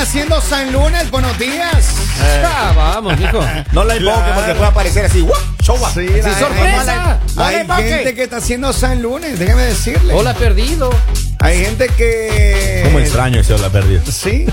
haciendo San Lunes? Buenos días. Ah, vamos, mijo. Eh. No la invoque Claro. porque puede aparecer así. ¡guau! ¡Chowa! Sí, Así, la- ¡Sorpresa! No la Hay invoque. gente que está haciendo San Lunes, déjame decirle. Hola, perdido. Hay gente que. Como extraño ese la perdido. Sí.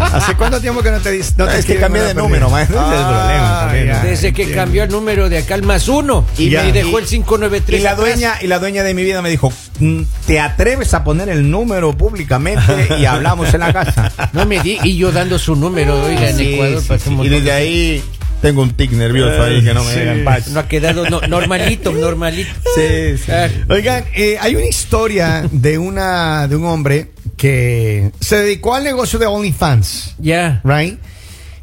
¿Hace cuánto tiempo que no te dices? No No, te es que escriben cambié una de perdida? número, maestro. Ese es el problema Ah, también. ya. Desde que cambió el número de acá al más uno y, Ya. me dejó el 593. Y la atrás. dueña, y la dueña de mi vida me dijo, "Mm, ¿te atreves a poner el número públicamente y hablamos en la casa? No me di, y yo dando su número, oiga, en Sí, Ecuador pasó sí, pues, un sí. Y montón. desde ahí tengo un tic nervioso ahí que no me dejan paz. No ha quedado no- normalito, normalito. Sí, sí. Ah. Oigan, eh, hay una historia de una de un hombre que se dedicó al negocio de OnlyFans, Ya. right?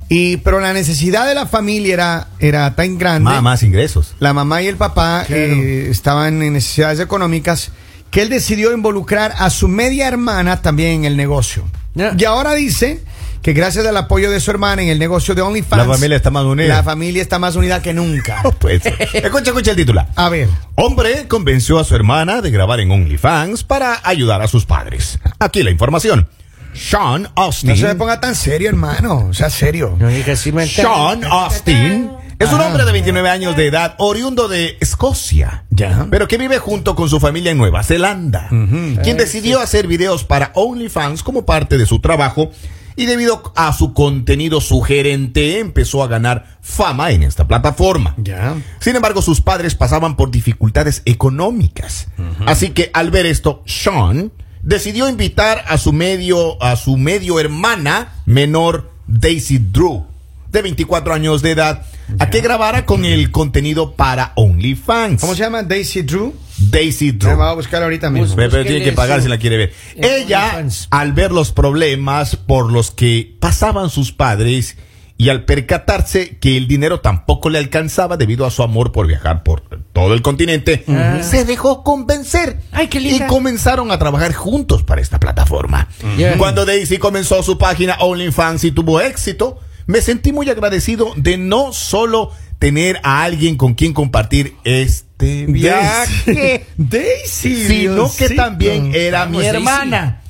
Y pero la necesidad de la familia era era tan grande. Más, más ingresos. La mamá y el papá Claro. eh, estaban en necesidades económicas que él decidió involucrar a su media hermana también en el negocio. Ya. Y ahora dice que gracias al apoyo de su hermana en el negocio de OnlyFans, La familia está más unida. La familia está más unida que nunca. Pues, escucha, escucha el titular. A ver. Hombre convenció a su hermana de grabar en OnlyFans para ayudar a sus padres. Aquí la información. Sean Austin. No se me ponga tan serio, hermano. O sea, serio. No digas así, me Sean Austin es un hombre de 29 años de edad, oriundo de Escocia, Ya. pero que vive junto con su familia en Nueva Zelanda, quien Eh, decidió hacer videos para OnlyFans como parte de su trabajo y debido a su contenido sugerente empezó a ganar fama en esta plataforma. Ya. Sin embargo, sus padres pasaban por dificultades económicas. Así que al ver esto, Sean decidió invitar a su medio a su medio hermana menor Daisy Drew, de 24 años de edad, a que grabara con el contenido para OnlyFans. ¿Cómo se llama? Daisy Drew. Pues, Se Daisy Drew. va a buscar ahorita mismo. Bus- Pero, pero tiene Pues Búsquele que pagar su- si la quiere ver. en Ella, OnlyFans. al ver los problemas por los que pasaban sus padres y al percatarse que el dinero tampoco le alcanzaba debido a su amor por viajar por todo el continente, se dejó convencer. Ay, qué linda. Y comenzaron a trabajar juntos para esta plataforma. Yeah. Cuando Daisy comenzó su página OnlyFans y tuvo éxito, me sentí muy agradecido de no solo tener a alguien con quien compartir este viaje Daisy. sino que Diosito. también eh, era Vamos, mi Daisy. hermana.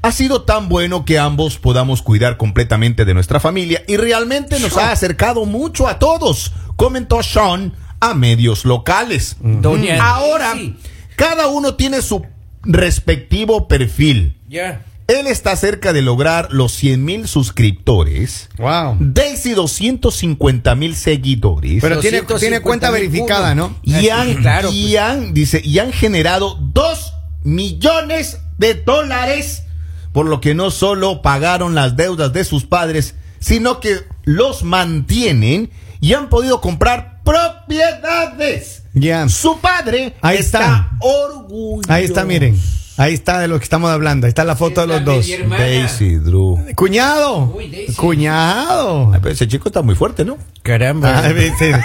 Ha sido tan bueno que ambos podamos cuidar completamente de nuestra familia y realmente nos ha acercado mucho a todos, comentó Sean a medios locales. Doña Ahora, Daisy. cada uno tiene su respectivo perfil. Ya. Él está cerca de lograr los 100 mil suscriptores. Wow. Daisy 250 mil seguidores. Pero tiene, 250 tiene cuenta mil verificada, uno. Ah, ¿no? Y han, claro, y pues. han- dice, y han generado dos millones de dólares, por lo que no solo pagaron las deudas de sus padres, sino que los mantienen y han podido comprar propiedades. Ya. Su padre Ahí está está. orgulloso. Ahí está, miren. Ahí está de lo que estamos hablando. Ahí está la foto de los Está mi dos. hermana. Daisy Drew. Cuñado. Uy, Daisy. Cuñado. Ay, pero ese chico está muy fuerte, ¿no? Caramba. Ah, viste.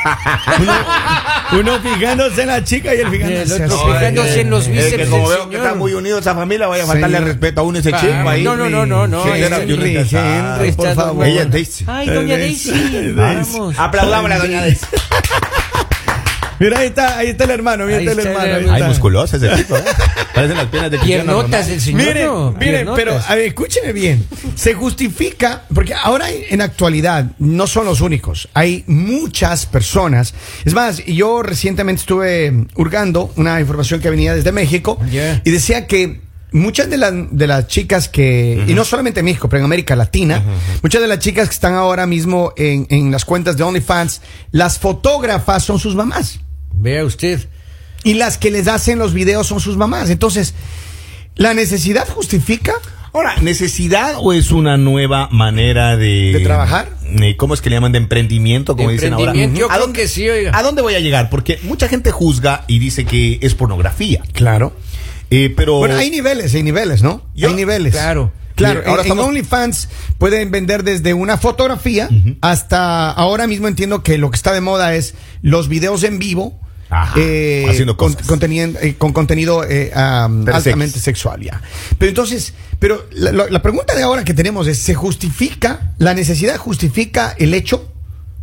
uno, uno fijándose en la chica y El el fijándose otro así. fijándose en los Es que bíceps como del veo que señor. está muy unido esa familia, vaya a Sí. faltarle respeto a uno ese Ah, chico ahí. no, no, no, no, no, Sí, era Henry, de una casada. Henry, por Está favor. doña- Ella es Daisy. Ay, Eh, doña Daisy. Vamos. Aplaudámosle a doña Daisy. Mira, ahí está, ahí está el hermano, mira, Ahí ahí está el está el hermano. ahí hermano. Ay, está. musculosa ese tipo, ¿eh? Parecen las piernas de Cristiano Piernotas Ronaldo. del señor. no, Miren, miren, piernotas. pero a ver, escúchenme bien. Se justifica, porque ahora en en actualidad no son los únicos. Hay muchas personas. Es más, yo recientemente estuve mm, hurgando una información que venía desde México Yeah. y decía que muchas de, las de las chicas que, y no solamente en México, pero en América Latina, muchas de las chicas que están ahora mismo en, en las cuentas de OnlyFans, las fotógrafas son sus mamás. Vea usted. Y las que les hacen los videos son sus mamás. Entonces, ¿la necesidad justifica? Ahora, ¿necesidad o es una nueva manera de... ¿De trabajar? Eh, ¿Cómo es que le llaman? De emprendimiento, como De dicen ahora. emprendimiento, yo ¿A creo dónde- que sí, oiga. ¿A dónde voy a llegar? Porque mucha gente juzga y dice que es pornografía. Claro. Eh, pero... Bueno, hay niveles, hay niveles, ¿no? Yo- hay niveles. claro. Claro, Mira, ahora en, en estamos- OnlyFans pueden vender desde una fotografía hasta ahora mismo entiendo que lo que está de moda es los videos en vivo. Ajá, eh, haciendo con, cosas. contenien- eh, con contenido eh, am, Pero altamente sex. sexual ya. Pero entonces, pero la, la- la pregunta de ahora que tenemos es, ¿se justifica, la necesidad justifica el hecho?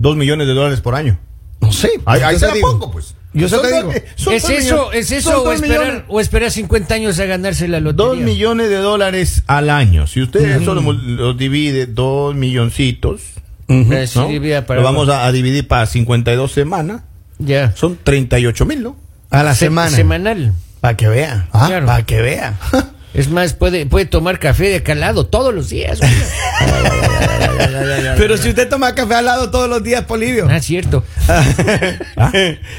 Dos millones de dólares por año. No sé. Ahí, ahí Entonces se la digo, pongo, pues. Yo eso Son te dos- digo. son ¿Es dos eso, millones- es eso son o dos esperar, millones- o esperar 50 años a ganarse la Dos lotería? millones de dólares al año. Si usted eso lo, mul- lo divide, dos milloncitos, Eh, sí, ¿no? vía para- lo vamos a, a dividir para 52 semanas, Ya. son 38 mil, ¿no? A la Se- semana. Semanal. Para que vea. Ah, Claro. Para que vea. Es más, puede, puede tomar café de calado todos los días. güey. Pero si usted toma café al lado todos los días, Polivio. ah, cierto. Ah,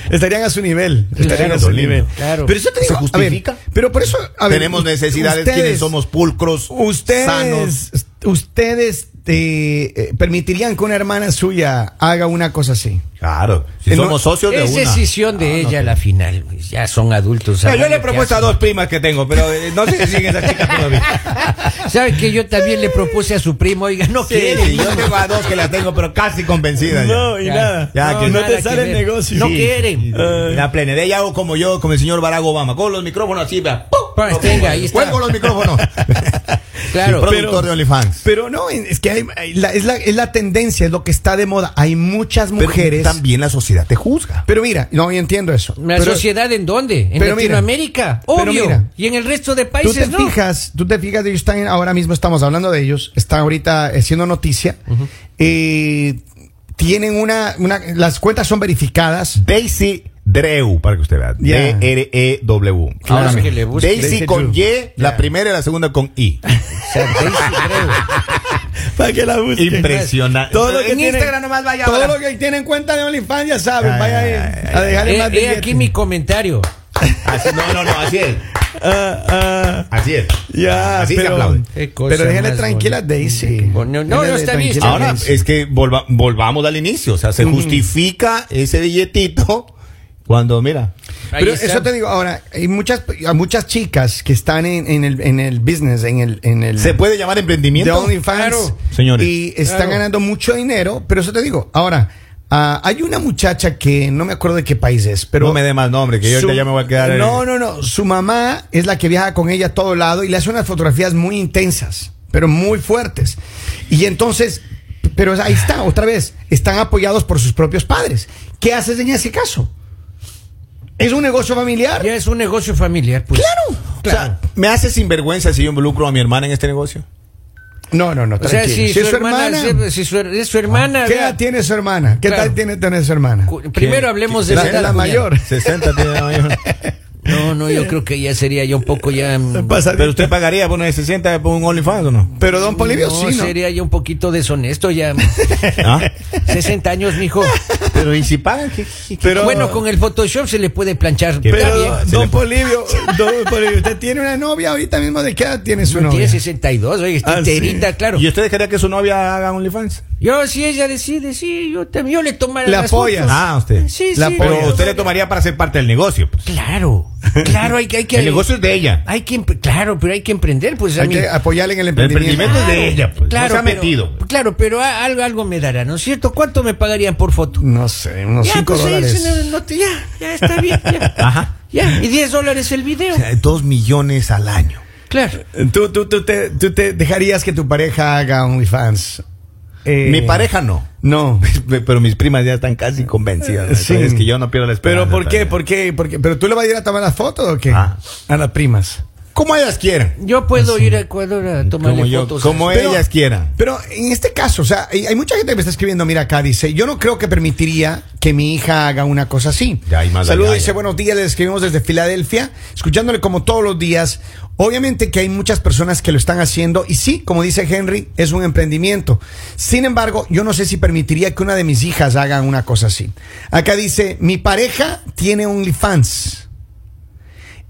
Estarían a su nivel. Estarían a su Claro. nivel. Claro. Pero eso te digo, ¿Se a ver, justifica? pero por eso. a ver, Tenemos u- necesidades, ustedes- quienes somos pulcros, Ustedes. sanos. Ustedes eh, eh, permitirían que una hermana suya haga una cosa así. Claro, si Eh, no, somos socios de Es una. decisión de ella la final. güey. Ya son adultos. Mira, saben yo le he lo que propuesto a hacen. dos primas que tengo, pero eh, no sé si siguen esas chicas todavía. ¿Sabe que yo también le propuse a su primo? Oiga, no Sí, quiere. sí, yo tengo a dos que las tengo, pero casi convencidas. ya. No, y Ya. nada. Ya, que- no nada te sale que el ver. negocio. No Sí. quieren. La plena. De ella hago como yo, como el señor Barack Obama. Con los micrófonos así, vea. este ¡pum! Pues, tenga, ahí está. Cuelgo los micrófonos. Claro. Sí, productor Pero- de OnlyFans. Pero no, es que hay- hay la- es, la, es la tendencia, es lo que está de moda. Hay muchas Pero mujeres. Pero, También la sociedad te juzga. mira, no, yo entiendo eso. ¿La pero, sociedad en dónde? En pero mira, Latinoamérica, pero obvio. mira, y en el resto de Tú te países, ¿no? fijas, tú te fijas, ellos están, ahora mismo estamos hablando de ellos, están ahorita haciendo noticia. Eh, tienen una, una, las cuentas son verificadas. Daisy Drew, para que usted vea. Ya. D-R-E-W. Ahora Ahora sí que mismo. le busque. Daisy Daisy con Y, Drew. la Ya. primera y la segunda con I. O sea, Daisy, creo. Para que la busquen. Impresionante. Todo lo que En tienen- Instagram nomás vaya Todo ahora. lo que tienen cuenta de OnlyFans ya saben, Ay, vaya ay, eh, ay, a dejarle más He- he billete. aquí mi comentario. Así- no, no, no, así es. Ah, ah, Así es. ya, Así se pero, aplaude. Qué cosa pero déjenle más tranquila bonita. Daisy. No, no, no, Déjenle está bien, tranquila está Ahora Daisy. es que volva- volvamos al inicio. O sea, se justifica ese billetito cuando, mira. Ahí Pero está. eso te digo, ahora, hay muchas, a muchas chicas que están en, en el, en el business, en el, en el ¿Se puede llamar de emprendimiento? OnlyFans, Claro. Señores. y están Claro. ganando mucho dinero, pero eso te digo, ahora, ah, hay una muchacha que no me acuerdo de qué país es, pero... no me dé más nombre, que yo su- ahorita ya me voy a quedar. en- No, no, no, su mamá es la que viaja con ella a todo lado y le hace unas fotografías muy intensas, pero muy fuertes. Y entonces, pero ahí está, otra vez, están apoyados por sus propios padres. ¿Qué haces en ese caso? ¿Es un negocio familiar? Ya es un negocio familiar, pues. Claro. O sea, ¿me hace sinvergüenza si yo involucro a mi hermana en este negocio? No, no, no, O sea, tranquilo. si, su, hermana, si- si su, es su hermana. Ah, ¿Qué vea, edad tiene su hermana? ¿Qué Claro. tal tiene tener su hermana? cu- Primero ¿Qué- hablemos qué- de la- edad, pues, la ya. mayor. 60 tiene la mayor. No, no, yo creo que ya sería ya un poco ya. mm, Pero usted pagaría por una 60 por un OnlyFans o no? Pero don Polivio no, sí, ¿no? sería ya un poquito deshonesto ya. ¿Ah? 60 años, mijo. Pero ¿y si pagan? ¿Qué, Pero- Bueno, con el Photoshop se le puede planchar. Qué Está Pero bien. don, Se le- Polivio, don Polivio, usted tiene una novia ahorita mismo, ¿de qué edad tiene su novia? Tiene 62, oye, está Ah, enterita, sí. claro. ¿Y Yo, usted dejaría que su novia haga OnlyFans? si ella decide, sí, yo también, yo le tomaré Le las apoyas. fotos. Ah, usted. Sí, La sí. apoyas. yo- Pero usted le tomaría para ser parte del negocio. pues. Claro, claro, hay que... Hay que El negocio es de ella. Hay que, empre- claro, pero hay que emprender, pues a Hay mí- que apoyarle en el El emprendimiento. emprendimiento es de ella. Pues. no se ha pero- metido. Claro, pero a- algo, algo me dará, ¿no es cierto? ¿Cuánto me pagarían por foto? No sé, unos ya, 5 pues ahí dólares. se- no- no te- ya, ya está bien. Ya. Ajá. Ya, y 10 dólares el video. Dos millones al año. Claro. ¿Tú, tú, tú, te, ¿Tú te dejarías que tu pareja haga OnlyFans? Eh, Mi pareja no. No. Pero mis primas ya están casi convencidas. ¿no? Sí. Entonces, Es que yo no pierdo la esperanza. ¿Pero por qué? todavía. ¿Por qué? ¿Por qué? ¿Pero tú le vas a ir a tomar las fotos o qué? Ah. A las primas. Como ellas quieran. Yo puedo ir a Ecuador a tomarle Como yo, fotos. como Pero- ellas quieran. Pero en este caso, o sea, hay, hay mucha gente que me está escribiendo, mira acá, dice, yo no creo que permitiría que mi hija haga una cosa así. Ya, hay más Saludos, allá, dice, ya. buenos días, les escribimos desde Filadelfia, escuchándole como todos los días. Obviamente que hay muchas personas que lo están haciendo y sí, como dice Henry, es un emprendimiento. Sin embargo, yo no sé si permitiría que una de mis hijas haga una cosa así. Acá dice, mi pareja tiene OnlyFans.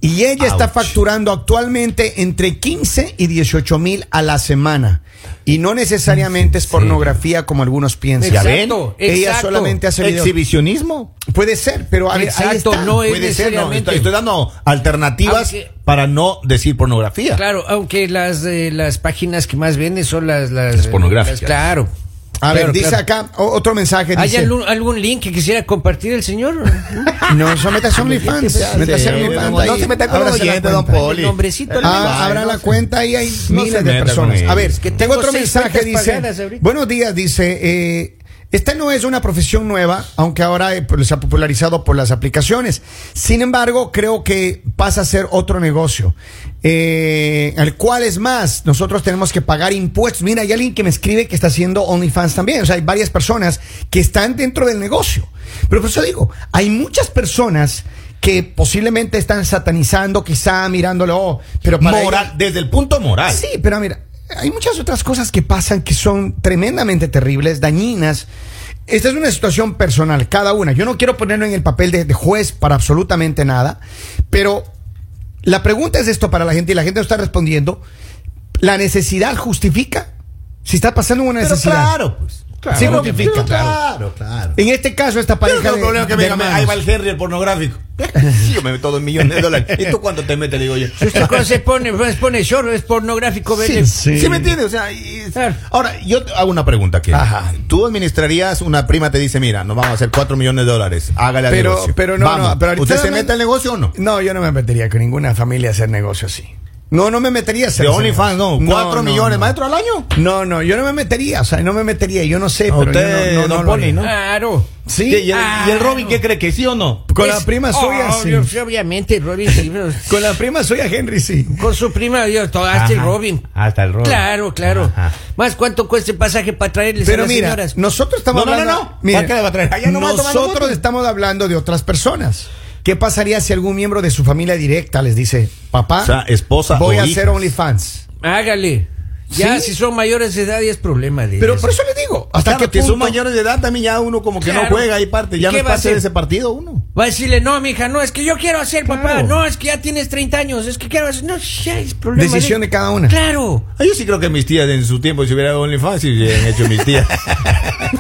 Y ella está Ouch. facturando actualmente entre 15 y 18 mil a la semana. Y no necesariamente es pornografía como algunos piensan. Exacto, ven? Ella exacto. solamente hace videos. Exhibicionismo. Puede ser, pero a ver, ahí Exacto, está. no es Puede ser, no, necesariamente. estoy, estoy dando alternativas Aunque- para no decir pornografía. Claro, aunque las eh, las páginas que más venden son las las, Las eh, pornográficas. las- claro. A ver, Claro, dice claro. acá o- otro mensaje. ¿Hay Dice, algún, algún link que quisiera compartir el señor? no, eso metas a OnlyFans. métase a sí, OnlyFans no, ahí, no se meta con ábrase los la oyentes, don cuenta. Paul. Poli. El nombrecito le Ah, digo. abra la cuenta y hay No se miles de meta con personas. ellos. A ver, Es que tengo tengo otro seis mensaje, cuentas dice. pagadas ahorita. Buenos días, dice. eh, Esta no es una profesión nueva, aunque ahora eh, pues, se ha popularizado por las aplicaciones. Sin embargo, creo que pasa a ser otro negocio. Eh, al cual es más, nosotros tenemos que pagar impuestos. Mira, hay alguien que me escribe que está haciendo OnlyFans también. O sea, hay varias personas que están dentro del negocio. Pero por eso digo, hay muchas personas que posiblemente están satanizando, quizá mirándolo, oh, Ah, pero para Moral, desde el punto moral. Sí, pero mira, hay muchas otras cosas que pasan que son tremendamente terribles, dañinas. Esta es una situación personal, cada una. Yo no quiero ponerme en el papel de, de juez para absolutamente nada, pero la pregunta es esto para la gente y la gente no está respondiendo. ¿La necesidad justifica? Si está pasando una Pero necesidad. claro, pues. Claro, Sí justifica. pero Claro, claro. En este caso, esta Pero pareja. no de- hay problema que de me digan, hermanos. ahí va el Henry, el pornográfico. Sí, yo me meto dos millones de dólares. ¿Y tú cuánto te metes? Le digo yo. Si usted cuando se pone, pues, pone short, es pornográfico, Sí, ¿verdad? sí. ¿Sí me entiendes? O sea, y- Claro. ahora, yo te hago una pregunta, que Ajá. Tú administrarías, una prima te dice, mira, nos vamos a hacer 4 millones de dólares, hágale al Pero, negocio. pero no, Vamos. no. Pero ahorita ¿Usted no se me- mete al negocio o no? No, yo no me metería con ninguna familia a hacer negocio así. No, no me metería a hacer De ese OnlyFans, no. negocio. 4 no, millones, no. maestro, al año. No, no, yo no me metería, o sea, no me metería, yo no sé, A pero usted, yo no, no, don no lo Poli, haría. ¿no? Claro. Sí. ¿Y, el, y el Ah, Robin qué cree que sí o no? Con la Es- prima suya, oh, sí. obvio, sí, Obviamente, Robin, sí, pero- Con la prima suya Henry, sí. Con su prima, yo, to- hasta el Ajá, Robin. hasta el Robin. Claro, claro. Ajá. Más, ¿cuánto cuesta el pasaje para traerles a Pero las mira, señoras? nosotros estamos No, no, no, hablando. no. Mira, ¿Para qué la va a traer? Allá nomás tomando nosotros fotos. estamos hablando de otras personas. ¿Qué pasaría si algún miembro de su familia directa les dice, papá, O sea, esposa voy o a hijos. hacer OnlyFans? Hágale. Ya, Sí. si son mayores de edad, ya es problema de Pero ellos. por eso le digo, hasta Hasta que que punto? son mayores de edad también ya uno como que no Claro. juega ahí parte, ya ¿Y no qué es va a parte de hacer? ese partido uno. Va a decirle, no, mija, no, es que yo quiero hacer, papá. Claro. No, es que ya tienes 30 años. Es que quiero hacer. No, ya es problema. Decisión de cada una. Claro. Ah, Yo sí creo que mis tías en su tiempo, si hubiera dado OnlyFans, si hubieran hecho mis tías.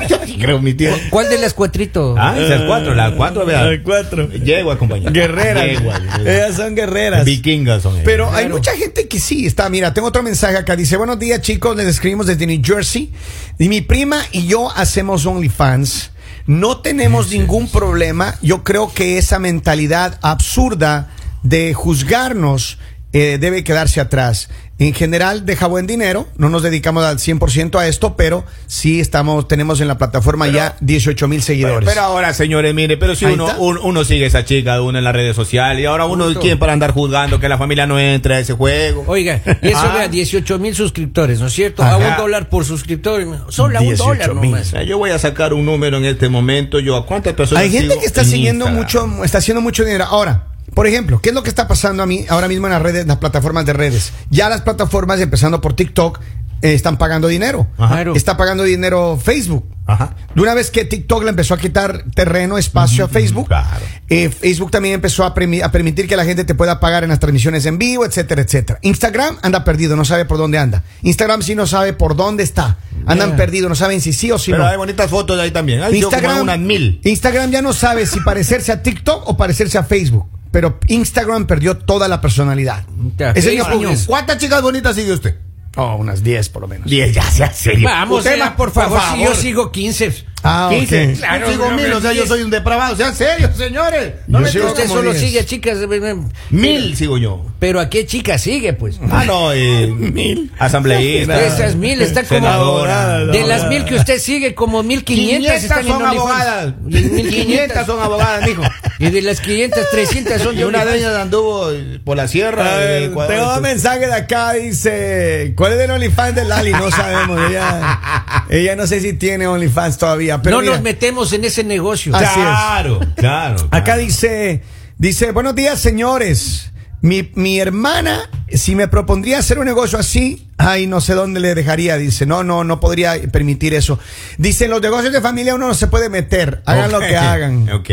Yo sí creo mis tías. ¿Cuál de las cuatrito? Ah, esas cuatro, las cuatro, ¿verdad? Las cuatro. Yegua, compañero. Guerreras. Yegua. Ellas son guerreras. Vikingas son ellas. Pero hay Claro. mucha gente que sí está. Mira, tengo otro mensaje acá. Dice, buenos días chicos, les escribimos desde New Jersey. Y mi prima y yo hacemos OnlyFans. No tenemos ningún problema. Yo creo que esa mentalidad absurda de juzgarnos eh, debe quedarse atrás. En general deja buen dinero, no nos dedicamos al 100% a esto, pero sí estamos, tenemos en la plataforma ya 18 mil seguidores. Pero, pero ahora, señores, mire, pero si Ahí uno, está. un- uno sigue a esa chica, uno en las redes sociales, y ahora uno, Justo. ¿quién para andar juzgando que la familia no entra a ese juego? Oiga, y eso Ah. vea, 18 mil suscriptores, ¿no es cierto? A Ajá. un dólar por suscriptor. Solo a un 18 dólar mil. nomás. O sea, Yo voy a sacar un número en este momento. Yo, ¿a cuántas personas Hay gente sigo que está en siguiendo Instagram? mucho, está haciendo mucho dinero. Ahora, por ejemplo, ¿qué es lo que está pasando a mí ahora mismo en las redes, en las plataformas de redes? Ya las plataformas, empezando por TikTok, eh, están pagando dinero. Ajá. Claro. Está pagando dinero Facebook. Ajá. De una vez que TikTok le empezó a quitar terreno, espacio a Facebook, Mm, claro. eh, Facebook también empezó a, premi- a permitir que la gente te pueda pagar en las transmisiones en vivo, etcétera, etcétera. Instagram anda perdido, no sabe por dónde anda. Instagram sí no sabe por dónde está. Andan Yeah. perdidos, no saben si sí o si Pero no. hay bonitas fotos ahí también. Hay Instagram. Instagram, unas mil. Instagram ya no sabe si parecerse a TikTok o parecerse a Facebook. Pero Instagram perdió toda la personalidad. Ya, Esa es mi Facebook opinión. es- ¿Cuántas chicas bonitas sigue usted? Oh, unas 10 por lo menos. Diez, ya sea serio. Vamos, Usted ya, más, por favor, si yo sigo 15. Ah, ok. 15. Claro, yo sigo pero mil, o sea, yo diez. soy un depravado. Sean serios, señores. No Yo me sigo traten Usted como solo diez. sigue a chicas. eh, eh, Mil sigo yo. Pero ¿a qué chica sigue, pues? Ah, no, eh, mil. Asambleísta. De esas mil están como. Senadora. de las mil que usted sigue, como 1500 están en son OnlyFans. abogadas. Y 500 son abogadas, mijo. Y de las 500, 300 son Y de una de OnlyFans. ellas anduvo por la sierra. eh, de Tengo Ecuador. un mensaje de acá, dice, ¿cuál es el OnlyFans de Lali? No sabemos, ella, ella no sé si tiene OnlyFans todavía, pero No mira, nos metemos en ese negocio. Ah, Claro, claro. acá claro. dice, dice, buenos días señores, mi, mi hermana, si me propondría hacer un negocio así, ay, no sé dónde le dejaría, dice, no, no, no podría permitir eso. Dice, en los negocios de familia uno no se puede meter, hagan lo Ok. que hagan. Ok.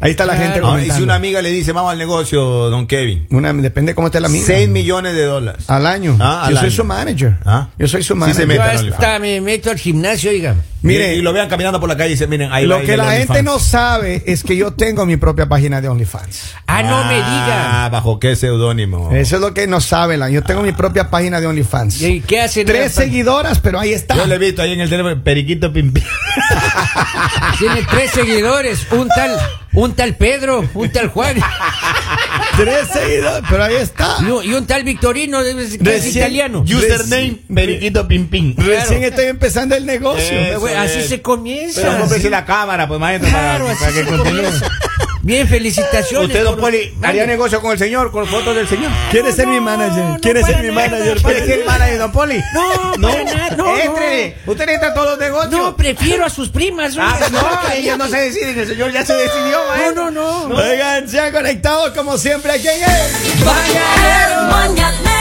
Ahí está la Claro. gente Ahora, y si comentando. una amiga le dice, vamos al negocio, don Kevin, Una- depende cómo esté la mía. 6 millones de dólares. Al año. Ah, al Yo soy año. su manager. Ah. Yo soy su Sí manager. se Yo mete. hasta me meto al gimnasio, oiga. Mire. y, y lo vean caminando por la calle y dicen, miren, ahí Lo va que el la gente OnlyFans. no sabe es que yo tengo mi propia página de OnlyFans. Ah, no me Ah, diga. bajo qué seudónimo. Eso es lo que no sabe la. Yo tengo mi propia página de OnlyFans. ¿Y qué hacen? pues, Tres seguidoras, pero ahí está. Yo le he visto ahí en el teléfono, Periquito Pimpín. Tiene tres seguidores. Un tal, un tal Pedro, un tal Juan. Tres seguidores, pero ahí está. Y un- y un tal Victorino es casi Recién- italiano. Yo- Username, Reci- Periquito Pimpín. Recién estoy empezando el negocio. Eh, Güey, eso Así es. se comienza. Pero cómprese sí. la cámara, pues maestro, Claro, para, así para que se continúe. comienza. Bien, felicitaciones. Usted, don por- Poli, Dale. haría negocio con el señor, con fotos del señor. ¿Quieres ser mi no, manager? no ¿Quieres ser para mi nada, manager? para ¿Quieres ser mi nada. manager? don Poli? No, para nada, no, Éntrele. Usted entra a todos los negocios. No, prefiero a sus primas. Ah, oiga, no, ellos no se deciden, el señor ya se decidió, no, maestro. no, no. Oigan, se han conectado como siempre. ¿A quién es? El mañanero